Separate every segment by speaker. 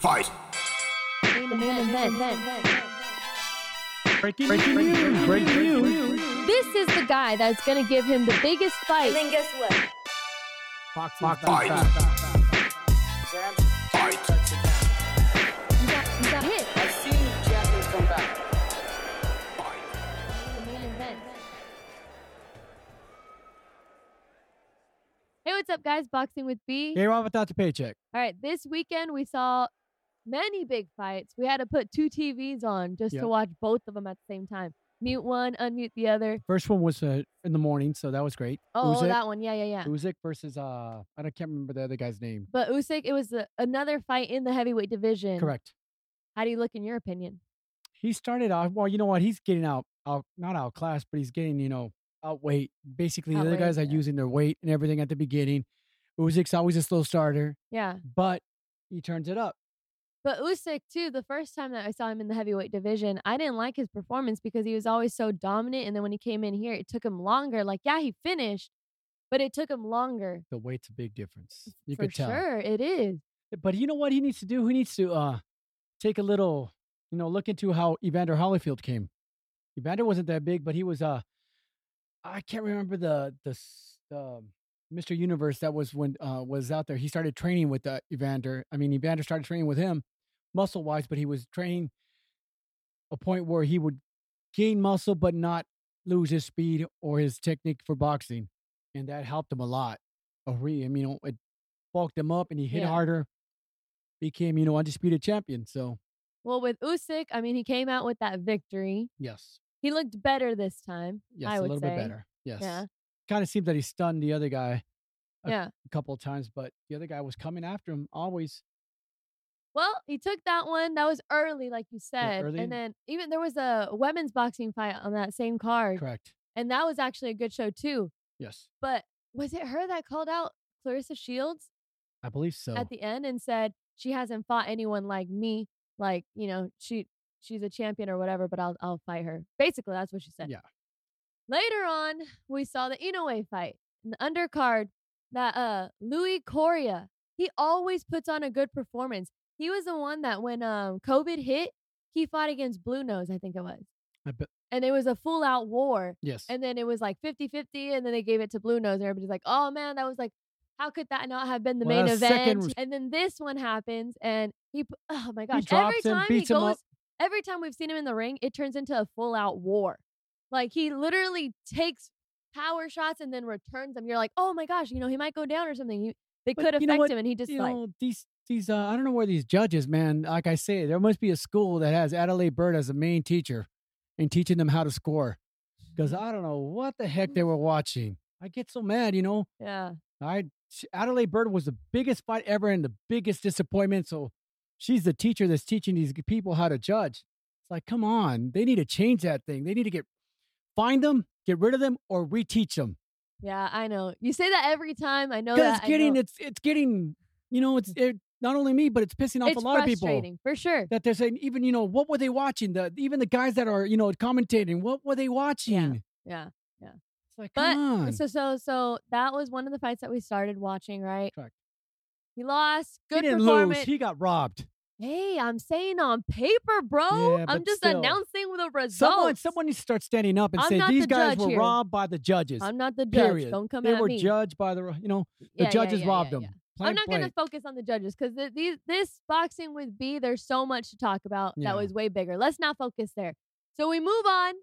Speaker 1: Fight!
Speaker 2: Breaking, breaking news! Breaking news!
Speaker 3: This is the guy that's gonna give him the biggest
Speaker 4: And
Speaker 3: fight.
Speaker 4: then guess what?
Speaker 2: Fox
Speaker 1: Fox
Speaker 2: is
Speaker 1: Fight!
Speaker 2: back.
Speaker 5: Jam
Speaker 1: Fight!
Speaker 3: He got, he got hit.
Speaker 5: I've seen Japanese come back.
Speaker 3: Hey, what's up, guys? Boxing with B.
Speaker 2: Gay Rob without the paycheck.
Speaker 3: All right, this weekend we saw many big fights. We had to put two TVs on just
Speaker 2: Yep.
Speaker 3: to watch both of them at the same time. Mute one, unmute the other.
Speaker 2: First one was uh, in the morning, so that was great.
Speaker 3: Oh, oh,
Speaker 2: Usyk-
Speaker 3: that one. Yeah, yeah, yeah.
Speaker 2: Usyk versus uh, I don't can't remember the other guy's name.
Speaker 3: But Usyk, it was a, another fight in the heavyweight division.
Speaker 2: Correct.
Speaker 3: How do you look in your opinion?
Speaker 2: He started off well. You know what? He's getting out, out not outclassed, but he's getting you know outweight. Basically, the other
Speaker 3: Outweighed,
Speaker 2: guys are
Speaker 3: yeah.
Speaker 2: using their weight and everything at the beginning. Uzyk's always a slow starter,
Speaker 3: Yeah.
Speaker 2: but he turns it up.
Speaker 3: But Usyk too, the first time that I saw him in the heavyweight division, I didn't like his performance because he was always so dominant. And then when he came in here, it took him longer. Like, yeah, he finished, but it took him longer.
Speaker 2: The weight's a big difference. You
Speaker 3: For
Speaker 2: could tell.
Speaker 3: sure, it is.
Speaker 2: But you know what he needs to do? He needs to uh take a little, you know, look into how Evander Holyfield came. Evander wasn't that big, but he was uh I can't remember the the s- the Mr. Universe that was when uh was out there. He started training with uh, Evander. I mean, Evander started training with him muscle wise, but he was training a point where he would gain muscle but not lose his speed or his technique for boxing, and that helped him a lot. Oh, re- I mean, it bulked him up, and he hit
Speaker 3: Yeah.
Speaker 2: harder. Became, you know, undisputed champion. So
Speaker 3: Well, with Usyk, I mean, he came out with that victory.
Speaker 2: yes,
Speaker 3: He looked better this time.
Speaker 2: yes,
Speaker 3: I
Speaker 2: a
Speaker 3: would
Speaker 2: little
Speaker 3: say.
Speaker 2: bit better. Yes,
Speaker 3: Yeah.
Speaker 2: kind of seemed that he stunned the other guy Uh,
Speaker 3: Yeah.
Speaker 2: a couple of times, but the other guy was coming after him always.
Speaker 3: Well, he took that one. That was early, like you said.
Speaker 2: early.
Speaker 3: And then even there was a women's boxing fight on that same card.
Speaker 2: Correct.
Speaker 3: And that was actually a good show too.
Speaker 2: Yes,
Speaker 3: But was it her that called out Clarissa Shields?
Speaker 2: I believe so.
Speaker 3: at the end and said she hasn't fought anyone like me like you know she she's a champion or whatever but i'll i'll fight her basically that's what she said
Speaker 2: Yeah.
Speaker 3: later on we saw the inoue fight in the undercard that uh louis coria he always puts on a good performance he was the one that when um covid hit he fought against blue nose i think it was
Speaker 2: I bet-
Speaker 3: and it was a full out war
Speaker 2: yes,
Speaker 3: and then it was like 50 50, and then they gave it to Blue Nose, and everybody's like, oh man, that was like, how could that not have been the
Speaker 2: Well,
Speaker 3: main
Speaker 2: that second
Speaker 3: event?
Speaker 2: was-
Speaker 3: And then this one happens, and he, p- oh my gosh, every
Speaker 2: drops him,
Speaker 3: time
Speaker 2: beats
Speaker 3: he
Speaker 2: him
Speaker 3: goes,
Speaker 2: up.
Speaker 3: every time we've seen him in the ring, it turns into a full out war. Like he literally takes power shots and then returns them. You're like, oh my gosh, you know, he might go down or something. You, they
Speaker 2: But
Speaker 3: could
Speaker 2: you know
Speaker 3: affect
Speaker 2: what?
Speaker 3: him, and he just
Speaker 2: you
Speaker 3: like,
Speaker 2: know these these uh, I don't know where these judges, man. Like I say, there must be a school that has Adelaide Bird as a main teacher and teaching them how to score. Because
Speaker 3: Mm-hmm.
Speaker 2: I don't know what the heck
Speaker 3: Mm.
Speaker 2: they were watching. I get so mad, you know.
Speaker 3: yeah,
Speaker 2: I sh- Adelaide Bird was the biggest fight ever and the biggest disappointment. So she's the teacher that's teaching these g- people how to judge. It's like, come on, they need to change that thing. They need to get find them, get rid of them, or reteach them.
Speaker 3: yeah, I know. You say that every time. I know that.
Speaker 2: Because it's
Speaker 3: Oh, I
Speaker 2: getting,
Speaker 3: know.
Speaker 2: it's it's getting, you know, it's it, not only me, but it's pissing off
Speaker 3: it's
Speaker 2: a lot of people
Speaker 3: frustrating for sure.
Speaker 2: that they're saying even you know what were they watching the even the guys that are you know commentating what were they watching it's
Speaker 3: Yeah.
Speaker 2: like
Speaker 3: But
Speaker 2: come on
Speaker 3: So so so that was one of the fights that we started watching, right?
Speaker 2: Correct.
Speaker 3: He lost.
Speaker 2: he
Speaker 3: Good
Speaker 2: didn't lose
Speaker 3: performance.
Speaker 2: he got robbed
Speaker 3: hey, I'm saying on paper, bro.
Speaker 2: Yeah,
Speaker 3: I'm
Speaker 2: but
Speaker 3: just
Speaker 2: still.
Speaker 3: announcing the results.
Speaker 2: someone someone needs to start standing up and
Speaker 3: I'm
Speaker 2: say
Speaker 3: not
Speaker 2: these
Speaker 3: the
Speaker 2: guys
Speaker 3: judge
Speaker 2: were
Speaker 3: here.
Speaker 2: robbed by the judges
Speaker 3: I'm not the judge.
Speaker 2: period
Speaker 3: Don't come
Speaker 2: they
Speaker 3: at
Speaker 2: were
Speaker 3: me.
Speaker 2: judged by the ro- you know the
Speaker 3: Yeah, yeah,
Speaker 2: judges
Speaker 3: yeah, yeah,
Speaker 2: robbed
Speaker 3: yeah.
Speaker 2: them
Speaker 3: I'm not going to focus on the judges because th- these this boxing with B, there's so much to talk about
Speaker 2: Yeah.
Speaker 3: that was way bigger. Let's not focus there. So we move on,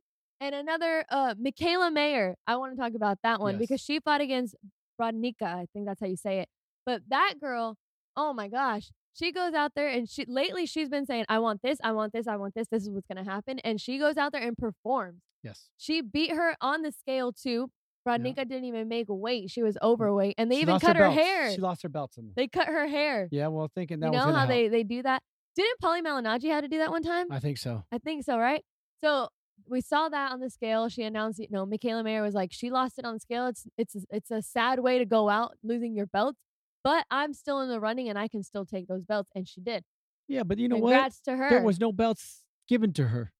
Speaker 3: and another uh, Michaela Mayer. I want to talk about that one because
Speaker 2: Yes.
Speaker 3: she fought against Brodnika. I think that's how you say it. But that girl, oh my gosh, she goes out there and she lately she's been saying, "I want this, I want this, I want this. This is what's going to happen," and she goes out there and performs.
Speaker 2: yes
Speaker 3: She beat her on the scale too. Brodnika didn't even make weight; she was overweight, and they
Speaker 2: She
Speaker 3: even
Speaker 2: lost
Speaker 3: cut her,
Speaker 2: belts.
Speaker 3: hair.
Speaker 2: she lost her belts in
Speaker 3: They cut her hair.
Speaker 2: yeah well thinking that
Speaker 3: you know
Speaker 2: was
Speaker 3: how
Speaker 2: gonna
Speaker 3: they
Speaker 2: help.
Speaker 3: they do that? Didn't Polly Malignaggi had to do that one time?
Speaker 2: I think so
Speaker 3: I think so, right? So we saw that on the scale. She announced, you know, Michaela Mayer was like, she lost it on the scale. It's it's a- it's a sad way to go out losing your belts, but I'm still in the running and I can still take those belts, and she did.
Speaker 2: yeah but you know what
Speaker 3: Congrats to her.
Speaker 2: there was no belts given to her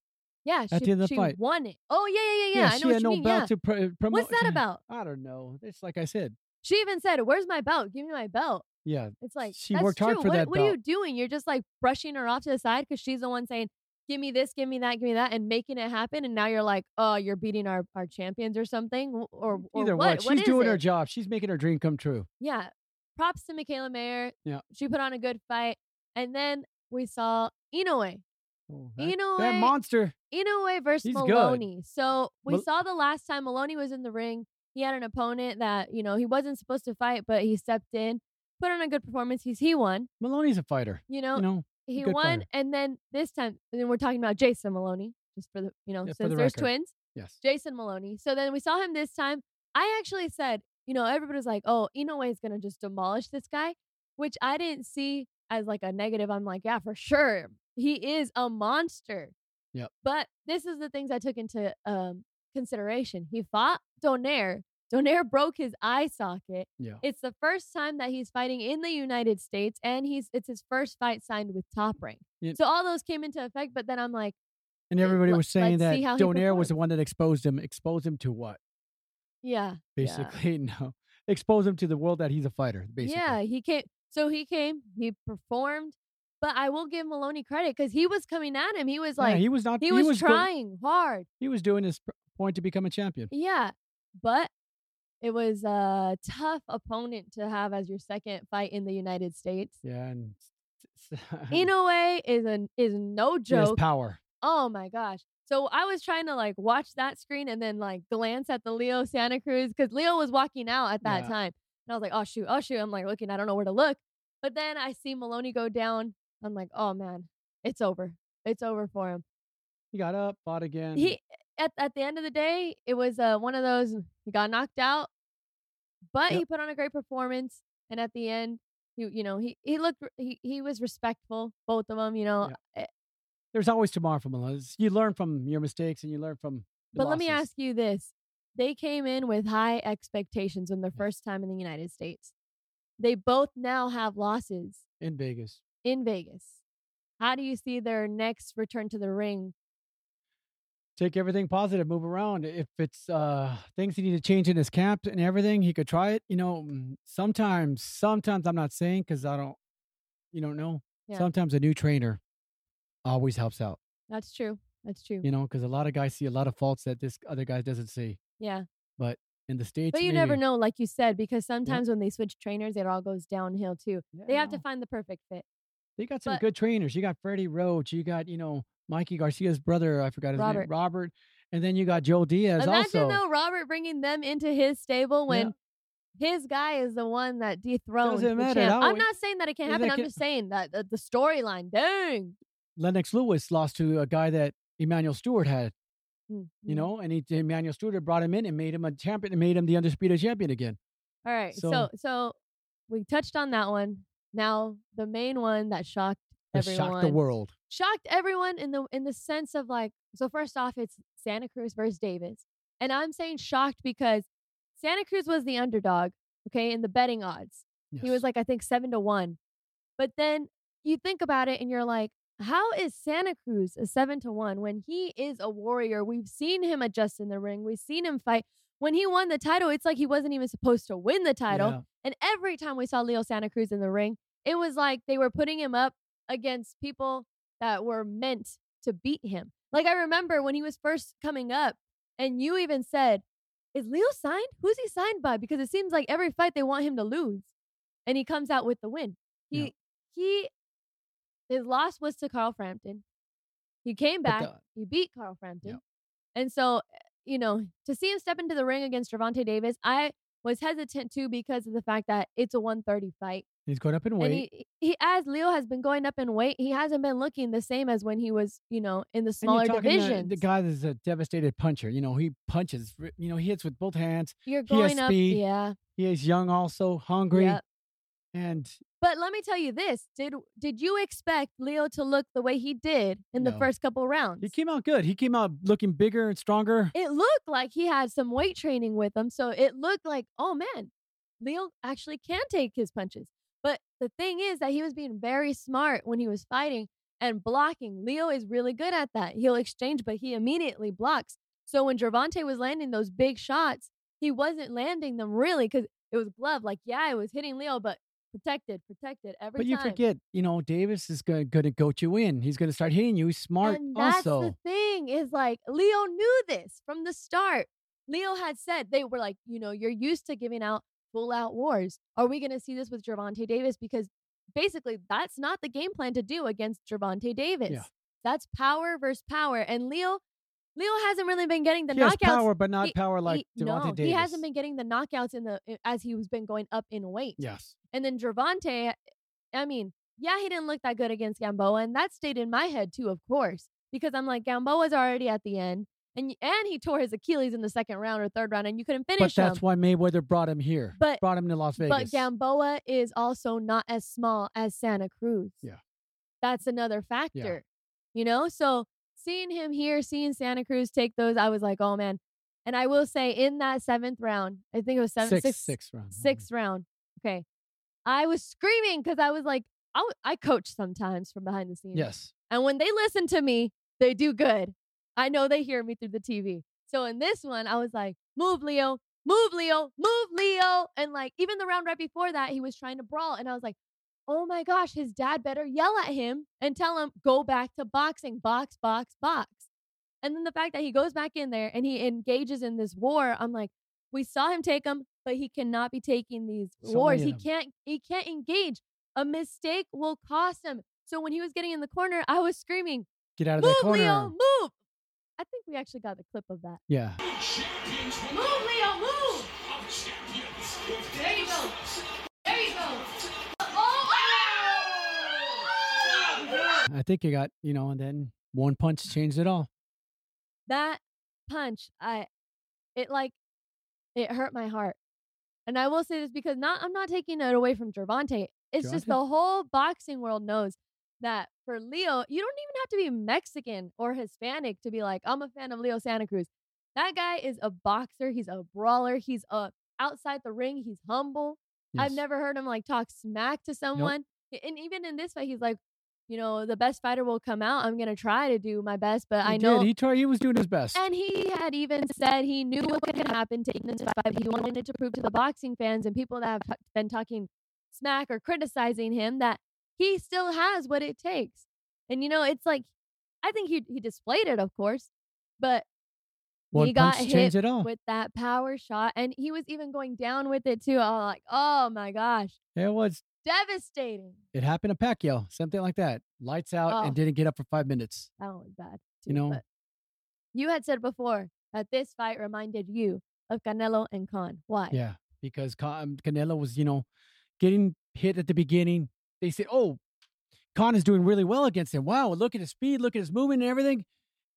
Speaker 3: yeah, she,
Speaker 2: at the end of the
Speaker 3: she
Speaker 2: fight.
Speaker 3: won it. Oh yeah, yeah, yeah, yeah. I know
Speaker 2: she
Speaker 3: what
Speaker 2: had
Speaker 3: you
Speaker 2: no
Speaker 3: mean.
Speaker 2: belt
Speaker 3: yeah.
Speaker 2: to pro- promote
Speaker 3: What's that about?
Speaker 2: I don't know it's like I said
Speaker 3: She even said, "Where's my belt? Give me my belt."
Speaker 2: Yeah.
Speaker 3: It's like
Speaker 2: She
Speaker 3: that's
Speaker 2: worked hard
Speaker 3: true.
Speaker 2: for
Speaker 3: what,
Speaker 2: that
Speaker 3: What are you
Speaker 2: belt.
Speaker 3: doing? You're just like brushing her off to the side because she's the one saying, "Give me this, give me that, give me that," and making it happen. And now you're like, "Oh, you're beating our our champions or something." w- Or, or
Speaker 2: E, Either
Speaker 3: what?
Speaker 2: one.
Speaker 3: What
Speaker 2: She's
Speaker 3: is
Speaker 2: doing
Speaker 3: it?
Speaker 2: her job. She's making her dream come true.
Speaker 3: yeah, props to Michaela Mayer.
Speaker 2: Yeah.
Speaker 3: She put on a good fight. And then we saw Inoue.
Speaker 2: Oh, that,
Speaker 3: Inoue,
Speaker 2: that monster.
Speaker 3: Inoue versus
Speaker 2: he's good.
Speaker 3: Maloney. So we
Speaker 2: Mal-
Speaker 3: saw the last time Maloney was in the ring, he had an opponent that, you know, he wasn't supposed to fight, but he stepped in, put on a good performance. He's he won,
Speaker 2: Maloney's a fighter.
Speaker 3: you know,
Speaker 2: you know,
Speaker 3: he
Speaker 2: good
Speaker 3: won.
Speaker 2: fighter.
Speaker 3: And then this time, and then we're talking about Jason Maloney, just for the, you know,
Speaker 2: Yeah, for
Speaker 3: since
Speaker 2: the
Speaker 3: there's
Speaker 2: record.
Speaker 3: twins.
Speaker 2: yes.
Speaker 3: Jason Maloney. So then we saw him this time. I actually said, you know, everybody's like, oh, Inoue is going to just demolish this guy, which I didn't see as like a negative. I'm like, yeah, for sure. He is a monster.
Speaker 2: Yep.
Speaker 3: But this is the things I took into um, consideration. He fought Donaire. Donaire broke his eye socket.
Speaker 2: Yeah.
Speaker 3: It's the first time that he's fighting in the United States, and he's it's his first fight signed with Top Rank.
Speaker 2: Yeah.
Speaker 3: So all those came into effect. But then I'm like,
Speaker 2: And everybody
Speaker 3: let-
Speaker 2: was saying
Speaker 3: let's
Speaker 2: that
Speaker 3: see how he
Speaker 2: Donaire was the one that exposed him. Exposed him to what?
Speaker 3: yeah, Yeah.
Speaker 2: Basically, no. Expose him to the world that he's a fighter. Basically.
Speaker 3: Yeah, he came. So he came. He performed. But I will give Maloney credit because he was coming at him. He was
Speaker 2: Yeah,
Speaker 3: like
Speaker 2: he was not.
Speaker 3: he, was,
Speaker 2: go-
Speaker 3: trying hard.
Speaker 2: he was doing his pr- point to become a champion.
Speaker 3: Yeah, but it was a tough opponent to have as your second fight in the United States.
Speaker 2: Yeah, and s- s-
Speaker 3: Inoue is an is no
Speaker 2: he has
Speaker 3: joke.
Speaker 2: power.
Speaker 3: Oh my gosh. So I was trying to like watch that screen and then like glance at the Leo Santa Cruz because Leo was walking out at that
Speaker 2: Yeah.
Speaker 3: time. And I was like, oh shoot, oh shoot. I'm like looking, I don't know where to look. But then I see Maloney go down. I'm like, oh man, it's over. It's over for him.
Speaker 2: He got up, fought again.
Speaker 3: He at, at the end of the day, it was uh, one of those he got knocked out, but
Speaker 2: Yep.
Speaker 3: he put on a great performance. And at the end, he you know he he looked he he was respectful both of them. You know,
Speaker 2: There's always tomorrow from Malone. You learn from your mistakes and you learn from. the
Speaker 3: But let me
Speaker 2: losses.
Speaker 3: ask you this. They came in with high expectations when their
Speaker 2: Yes.
Speaker 3: first time in the United States. They both now have losses
Speaker 2: In Vegas,
Speaker 3: in Vegas. How do you see their next return to the ring?
Speaker 2: take everything positive, move around. If it's uh things he need to change in his camp and everything, he could try it. You know, mm, sometimes, sometimes I'm not saying because I don't, you don't know.
Speaker 3: Yeah.
Speaker 2: Sometimes a new trainer always helps out.
Speaker 3: That's true. That's true.
Speaker 2: You know, because a lot of guys see a lot of faults that this other guy doesn't see
Speaker 3: Yeah.
Speaker 2: in the states.
Speaker 3: But you never
Speaker 2: maybe-
Speaker 3: know, like you said, because sometimes when they switch trainers, it all goes downhill too.
Speaker 2: Yeah,
Speaker 3: They have to
Speaker 2: no.
Speaker 3: find the perfect fit.
Speaker 2: They got some
Speaker 3: But-
Speaker 2: good trainers. You got Freddie Roach. You got, you know, Mikey Garcia's brother. I forgot his name,
Speaker 3: Robert.
Speaker 2: Robert. And then you got Joe Diaz
Speaker 3: Imagine
Speaker 2: also.
Speaker 3: though Robert bringing them into his stable when his guy is the one that dethrones the
Speaker 2: Doesn't matter,
Speaker 3: champ.
Speaker 2: that
Speaker 3: I'm
Speaker 2: way-
Speaker 3: not saying that it can't
Speaker 2: Yeah, that
Speaker 3: happen. I'm
Speaker 2: can-
Speaker 3: just saying that that the storyline, dang.
Speaker 2: Lennox Lewis lost to a guy that Emmanuel Stewart had,
Speaker 3: Mm,
Speaker 2: you
Speaker 3: mm.
Speaker 2: know, and he, Emmanuel Stewart brought him in and made him a champion and made him the undisputed champion again.
Speaker 3: mm-hmm. All right. So, so
Speaker 2: So-
Speaker 3: we touched on that one. Now the main one that shocked
Speaker 2: That
Speaker 3: everyone
Speaker 2: shocked the world.
Speaker 3: shocked everyone in the in the sense of like so first off it's Santa Cruz versus Davis. And I'm saying shocked because Santa Cruz was the underdog, okay, in the betting odds. He was
Speaker 2: Yes.
Speaker 3: like I think 7 to 1. But then you think about it and you're like how is Santa Cruz a 7 to 1 when he is a warrior? We've seen him adjust in the ring. We've seen him fight. When he won the title, it's like he wasn't even supposed to win the title.
Speaker 2: Yeah.
Speaker 3: And every time we saw Leo Santa Cruz in the ring, it was like they were putting him up against people that were meant to beat him. Like I remember when he was first coming up, and you even said, Is Leo signed? Who's he signed by? Because it seems like every fight they want him to lose. And he comes out with the win. He
Speaker 2: Yeah.
Speaker 3: he his loss was to Carl Frampton. He came
Speaker 2: But
Speaker 3: back, he beat Carl Frampton. And so, eh, you know, to see him step into the ring against Javante Davis, I was hesitant too because of the fact that it's a 130 fight.
Speaker 2: He's going up in weight.
Speaker 3: And he, he, as Leo has been going up in weight, he hasn't been looking the same as when he was, you know, in the
Speaker 2: And you're
Speaker 3: smaller
Speaker 2: talking to
Speaker 3: divisions.
Speaker 2: The guy that's a devastated puncher. You know, he punches, r- you know, he hits with both hands.
Speaker 3: You're
Speaker 2: he has
Speaker 3: going up,
Speaker 2: speed,
Speaker 3: yeah,
Speaker 2: He is young also, hungry.
Speaker 3: yeah.
Speaker 2: And
Speaker 3: But let me tell you this: did did you expect Leo to look the way he did in the
Speaker 2: No.
Speaker 3: first couple rounds?
Speaker 2: he came out good. He came out looking bigger and stronger.
Speaker 3: it looked like he had some weight training with him. So it looked like, oh man, Leo actually can take his punches. But the thing is that he was being very smart when he was fighting and blocking. Leo is really good at that. He'll exchange, but he immediately blocks. So when Gervonta was landing those big shots, he wasn't landing them really because it was glove. Like, yeah, it was hitting Leo, but protected, protected every
Speaker 2: But
Speaker 3: time.
Speaker 2: you forget, you know, Davis is going to goat you in. He's going to start hitting you. He's smart
Speaker 3: and that's
Speaker 2: also.
Speaker 3: the thing is like Leo knew this from the start. Leo had said they were like, you know, you're used to giving out full out wars. Are we going to see this with Javante Davis? Because basically, that's not the game plan to do against Javante Davis. That's power versus power, and Leo, Leo hasn't really been getting the
Speaker 2: he has
Speaker 3: knockouts.
Speaker 2: power, but not
Speaker 3: he-
Speaker 2: power like
Speaker 3: he,
Speaker 2: Devontae
Speaker 3: no,
Speaker 2: Davis.
Speaker 3: he hasn't been getting the knockouts in the i- as he was been going up in weight.
Speaker 2: Yes.
Speaker 3: And then Gervonta, I mean, yeah, he didn't look that good against Gamboa, and that stayed in my head too, of course, because I'm like Gamboa's already at the end, and y- and he tore his Achilles in the second round or third round, and you couldn't
Speaker 2: But
Speaker 3: finish
Speaker 2: that's
Speaker 3: him.
Speaker 2: why Mayweather brought him here.
Speaker 3: But-
Speaker 2: brought him to Las Vegas.
Speaker 3: But Gamboa is also not as small as Santa Cruz.
Speaker 2: Yeah.
Speaker 3: that's another factor, you know. So seeing him here, seeing Santa Cruz take those, I was like, oh man. And I will say, in that seventh round, I think it was seven,
Speaker 2: six,
Speaker 3: six-
Speaker 2: six round.
Speaker 3: sixth round. Okay. I was screaming because I was like, I, w- I coach sometimes from behind the scenes.
Speaker 2: Yes.
Speaker 3: And when they listen to me, they do good. I know they hear me through the TV. So in this one, I was like, move, Leo, move, Leo, move, Leo. And like, even the round right before that, he was trying to brawl. And I was like, oh my gosh, his dad better yell at him and tell him, go back to boxing, box, box, box. And then the fact that he goes back in there and he engages in this war, I'm like, we saw him take him, but he cannot be taking these
Speaker 2: So
Speaker 3: wars.
Speaker 2: many
Speaker 3: He
Speaker 2: of
Speaker 3: can't he can't engage. A mistake will cost him. So when he was getting in the corner, I was screaming,
Speaker 2: Get out of
Speaker 3: Move,
Speaker 2: that corner.
Speaker 3: Leo, move. I think we actually got the clip of that.
Speaker 2: Yeah.
Speaker 3: Move, Leo, move. There you go. There you go.
Speaker 2: I think you got, you know, and then one punch changed it all.
Speaker 3: That punch, I it like it hurt my heart. And I will say this because not I'm not taking it away from Gervonta. It's just
Speaker 2: Gervonta?
Speaker 3: the whole boxing world knows that for Leo, you don't even have to be Mexican or Hispanic to be like, I'm a fan of Leo Santa Cruz. That guy is a boxer, he's a brawler, he's a outside the ring, he's humble. I've
Speaker 2: Yes.
Speaker 3: never heard him like talk smack to someone. A- And even in this fight, he's like, you know, the best fighter will come out. I'm gonna try to do my best, but
Speaker 2: He
Speaker 3: I
Speaker 2: did.
Speaker 3: know.
Speaker 2: He tried, he was doing his best.
Speaker 3: and he had even said he knew what could happen to him in this fight. He wanted to prove to the boxing fans and people that have t- been talking smack or criticizing him that he still has what it takes. And you know, it's like, I think he he displayed it, of course, but
Speaker 2: one
Speaker 3: he got
Speaker 2: punch changed
Speaker 3: hit
Speaker 2: it all.
Speaker 3: with that power shot, and he was even going down with it too. I was like, oh my gosh
Speaker 2: It was.
Speaker 3: devastating.
Speaker 2: It happened to Pacquiao. Something like that. Lights out
Speaker 3: Oh.
Speaker 2: and didn't get up for five minutes.
Speaker 3: That one was Oh, bad.
Speaker 2: You
Speaker 3: too,
Speaker 2: know?
Speaker 3: but you had said before that this fight reminded you of Canelo and Khan. Why?
Speaker 2: Yeah, because Con- Canelo was, you know, getting hit at the beginning. They said, "Oh, Khan is doing really well against him. Wow, look at his speed, look at his movement, and everything."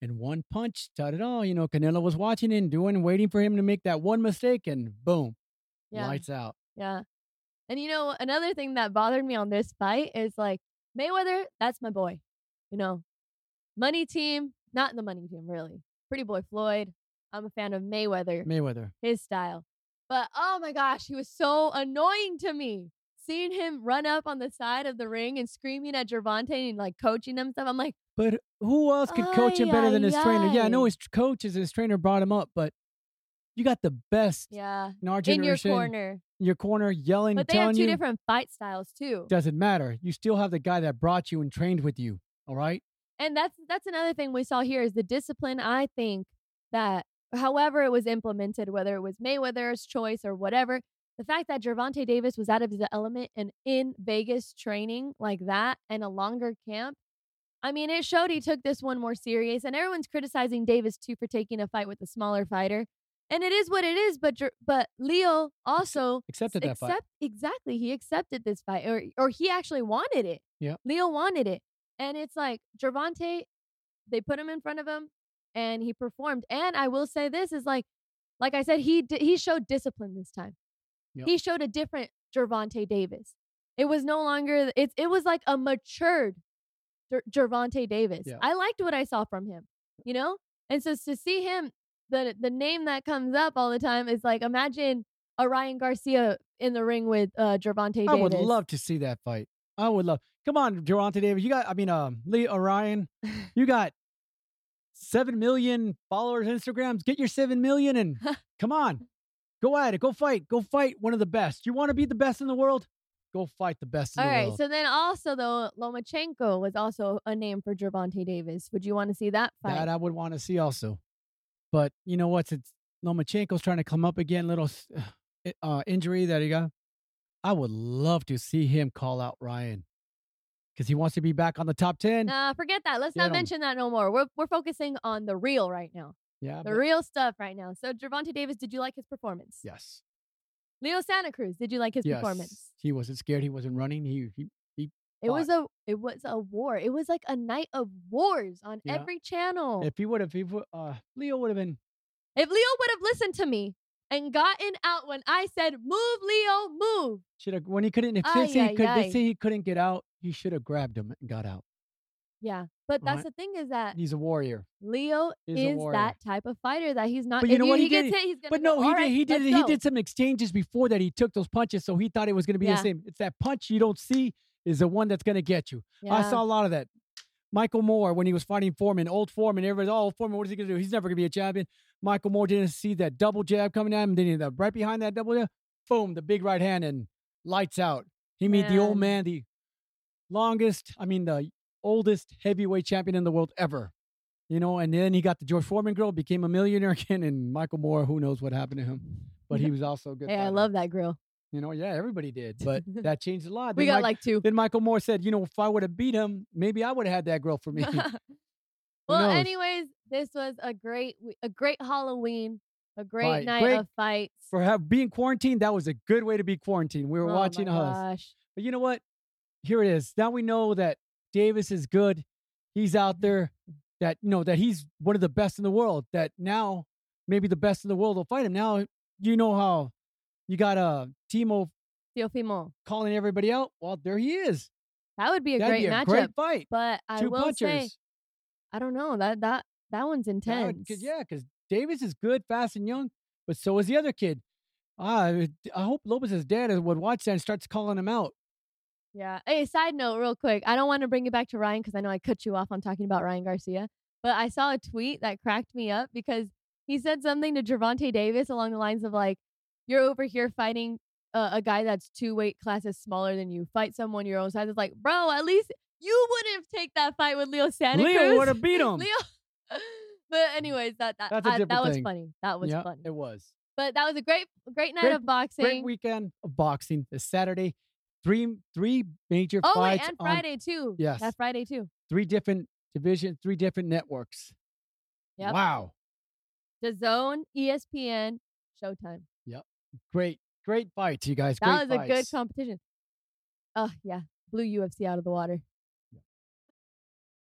Speaker 2: And one punch taught it all. You know, Canelo was watching and doing, waiting for him to make that one mistake, and boom,
Speaker 3: yeah,
Speaker 2: lights out.
Speaker 3: yeah. And you know, another thing that bothered me on this fight is like Mayweather. That's my boy. You know, money team, not the money team really. Pretty boy Floyd. I'm a fan of Mayweather.
Speaker 2: Mayweather.
Speaker 3: his style. But oh my gosh, he was so annoying to me. Seeing him run up on the side of the ring and screaming at Gervonta and like coaching himself, I'm like,
Speaker 2: But who else could coach him better than his trainer? Yeah, I know
Speaker 3: Ay-yi-yi.
Speaker 2: his tr- coaches and his trainer brought him up, but you got the best
Speaker 3: yeah,
Speaker 2: in our
Speaker 3: in your
Speaker 2: generation.
Speaker 3: corner.
Speaker 2: in your corner, yelling,
Speaker 3: But they
Speaker 2: telling
Speaker 3: have two
Speaker 2: you.
Speaker 3: different fight styles too.
Speaker 2: Doesn't matter. You still have the guy that brought you and trained with you. All right.
Speaker 3: And that's that's another thing we saw here is the discipline. I think that however it was implemented, whether it was Mayweather's choice or whatever, the fact that Gervonta Davis was out of his element and in Vegas training like that and a longer camp, I mean, it showed he took this one more serious. And everyone's criticizing Davis too for taking a fight with a smaller fighter, and it is what it is. But Jer- but Leo also
Speaker 2: Accepted that fight.
Speaker 3: accept exactly he accepted this fight or or he actually wanted it
Speaker 2: Yeah.
Speaker 3: leo wanted it and it's like Gervonta, they put him in front of him and he performed and i will say this is like like i said he di- he showed discipline this time
Speaker 2: Yep.
Speaker 3: he showed a different Gervonta davis it was no longer it, it was like a matured Ger- Gervonta davis
Speaker 2: Yeah.
Speaker 3: i liked what i saw from him you know and so to see him the the name that comes up all the time is like imagine a Ryan Garcia in the ring with uh Gervonta
Speaker 2: I would
Speaker 3: Davis.
Speaker 2: love to see that fight. I would love. Come on, Durante Davis. You got. I mean, um, Lee Orion. You got seven million followers on Instagrams. Get your seven million and come on, go at it. Go fight. Go fight one of the best. You want to be the best in the world? Go fight the best in
Speaker 3: All
Speaker 2: the
Speaker 3: right.
Speaker 2: world.
Speaker 3: So then also though, Lomachenko was also a name for Gervonta Davis. Would you want to see that fight?
Speaker 2: that I would want to see also. But you know what? It's Lomachenko's trying to come up again. Little s- i- uh, injury that he got. I would love to see him call out Ryan because he wants to be back on the top ten.
Speaker 3: Nah, forget that. Let's
Speaker 2: Yeah, I
Speaker 3: not
Speaker 2: don't-
Speaker 3: mention that no more. We're we're focusing on the real right now.
Speaker 2: yeah.
Speaker 3: The
Speaker 2: but-
Speaker 3: real stuff right now. So Gervonta Davis, did you like his performance?
Speaker 2: yes.
Speaker 3: Leo Santa Cruz, did you like his
Speaker 2: yes. Oh,
Speaker 3: performance?
Speaker 2: He wasn't scared. He wasn't running. He he, he
Speaker 3: It was a it was a war. It was like a night of wars on
Speaker 2: Yeah.
Speaker 3: every channel. If,
Speaker 2: if he would have, uh, Leo would have been.
Speaker 3: Leo would have listened to me and gotten out when I said, "Move, Leo, move."
Speaker 2: Should have when he couldn't. If
Speaker 3: Ay,
Speaker 2: they say
Speaker 3: ay,
Speaker 2: he could,
Speaker 3: ay.
Speaker 2: they say he couldn't get out. He should have grabbed him and got out.
Speaker 3: Yeah, but that's
Speaker 2: Right.
Speaker 3: the thing is that
Speaker 2: He's a warrior.
Speaker 3: Leo
Speaker 2: He's
Speaker 3: is,
Speaker 2: a warrior.
Speaker 3: that type of fighter that he's not.
Speaker 2: But you
Speaker 3: if
Speaker 2: know what?
Speaker 3: he,
Speaker 2: He did
Speaker 3: gets
Speaker 2: it.
Speaker 3: hit, he's gonna. go,
Speaker 2: But no, he
Speaker 3: "All right,
Speaker 2: did. He did.
Speaker 3: let's
Speaker 2: He
Speaker 3: go."
Speaker 2: did some exchanges before that. He took those punches, so he thought it was going to be
Speaker 3: Yeah.
Speaker 2: the same. It's that punch you don't see is the one that's going to get you. I
Speaker 3: Yeah.
Speaker 2: saw a lot of that. Michael Moore when he was fighting Foreman, old Foreman, everybody's oh Foreman, what is he going to do? He's never going to be a champion. Michael Moore didn't see that double jab coming at him. Then he- the- right behind that double jab, boom, the big right hand and lights out. He made the old man the longest, I mean the oldest heavyweight champion in the world ever. You know, and then he got the George Foreman grill, became a millionaire again, and Michael Moore, who knows what happened to him. But he was also a good.
Speaker 3: Hey, I
Speaker 2: fighter.
Speaker 3: love that grill.
Speaker 2: You know, yeah, everybody did, but that changed a lot.
Speaker 3: We
Speaker 2: Then
Speaker 3: got
Speaker 2: Mike-
Speaker 3: like two.
Speaker 2: then Michael Moore said, you know, if I would have beat him, maybe I would have had that grill for me.
Speaker 3: well,
Speaker 2: knows?
Speaker 3: anyways, this was a great w- a great Halloween, a great
Speaker 2: Fight.
Speaker 3: night
Speaker 2: Great-
Speaker 3: of fights.
Speaker 2: for have, being quarantined, that was a good way to be quarantined. We
Speaker 3: oh
Speaker 2: were
Speaker 3: my
Speaker 2: watching us.
Speaker 3: gosh.
Speaker 2: But you know what? Here it is. Now we know that Davis is good. He's
Speaker 3: Mm-hmm.
Speaker 2: out there. That you know that he's one of the best in the world. That now maybe the best in the world will fight him. Now you know how you got uh Timo
Speaker 3: Teofimo.
Speaker 2: calling everybody out. Well, there he is.
Speaker 3: That would be a
Speaker 2: That'd
Speaker 3: great
Speaker 2: be a
Speaker 3: matchup.
Speaker 2: great fight.
Speaker 3: But I
Speaker 2: Two
Speaker 3: will
Speaker 2: punchers.
Speaker 3: say, I don't know that that that one's
Speaker 2: Now,
Speaker 3: intense.
Speaker 2: 'cause- yeah, because Davis is good, fast, and young, but so is the other kid. Ah, I would- I hope Lopez's dad would watch that and starts calling him out.
Speaker 3: Yeah. Hey, side note, real quick. I don't want to bring it back to Ryan because I know I cut you off on talking about Ryan Garcia, but I saw a tweet that cracked me up because he said something to Gervonta Davis along the lines of like, "You're over here fighting uh, a guy that's two weight classes smaller than you. Fight someone your own size." It's like, bro, at least you wouldn't take that fight with Leo Santa
Speaker 2: Leo
Speaker 3: Cruz.
Speaker 2: would have beat him.
Speaker 3: Leo. but anyways, that that
Speaker 2: That's a
Speaker 3: I- that
Speaker 2: different
Speaker 3: was
Speaker 2: thing.
Speaker 3: funny. That was
Speaker 2: yeah,
Speaker 3: fun.
Speaker 2: it was
Speaker 3: But that was a great great night
Speaker 2: Great-
Speaker 3: of boxing.
Speaker 2: great weekend of boxing this Saturday. Three three major
Speaker 3: oh wait,
Speaker 2: fights
Speaker 3: and
Speaker 2: on
Speaker 3: Friday too.
Speaker 2: Yes.
Speaker 3: that Friday too.
Speaker 2: three different division, three different networks.
Speaker 3: Yep.
Speaker 2: Wow,
Speaker 3: The Zone, ESPN, Showtime.
Speaker 2: great great fights, you guys.
Speaker 3: That was
Speaker 2: great
Speaker 3: a good
Speaker 2: fights.
Speaker 3: competition. Oh yeah, blew UFC out of the water.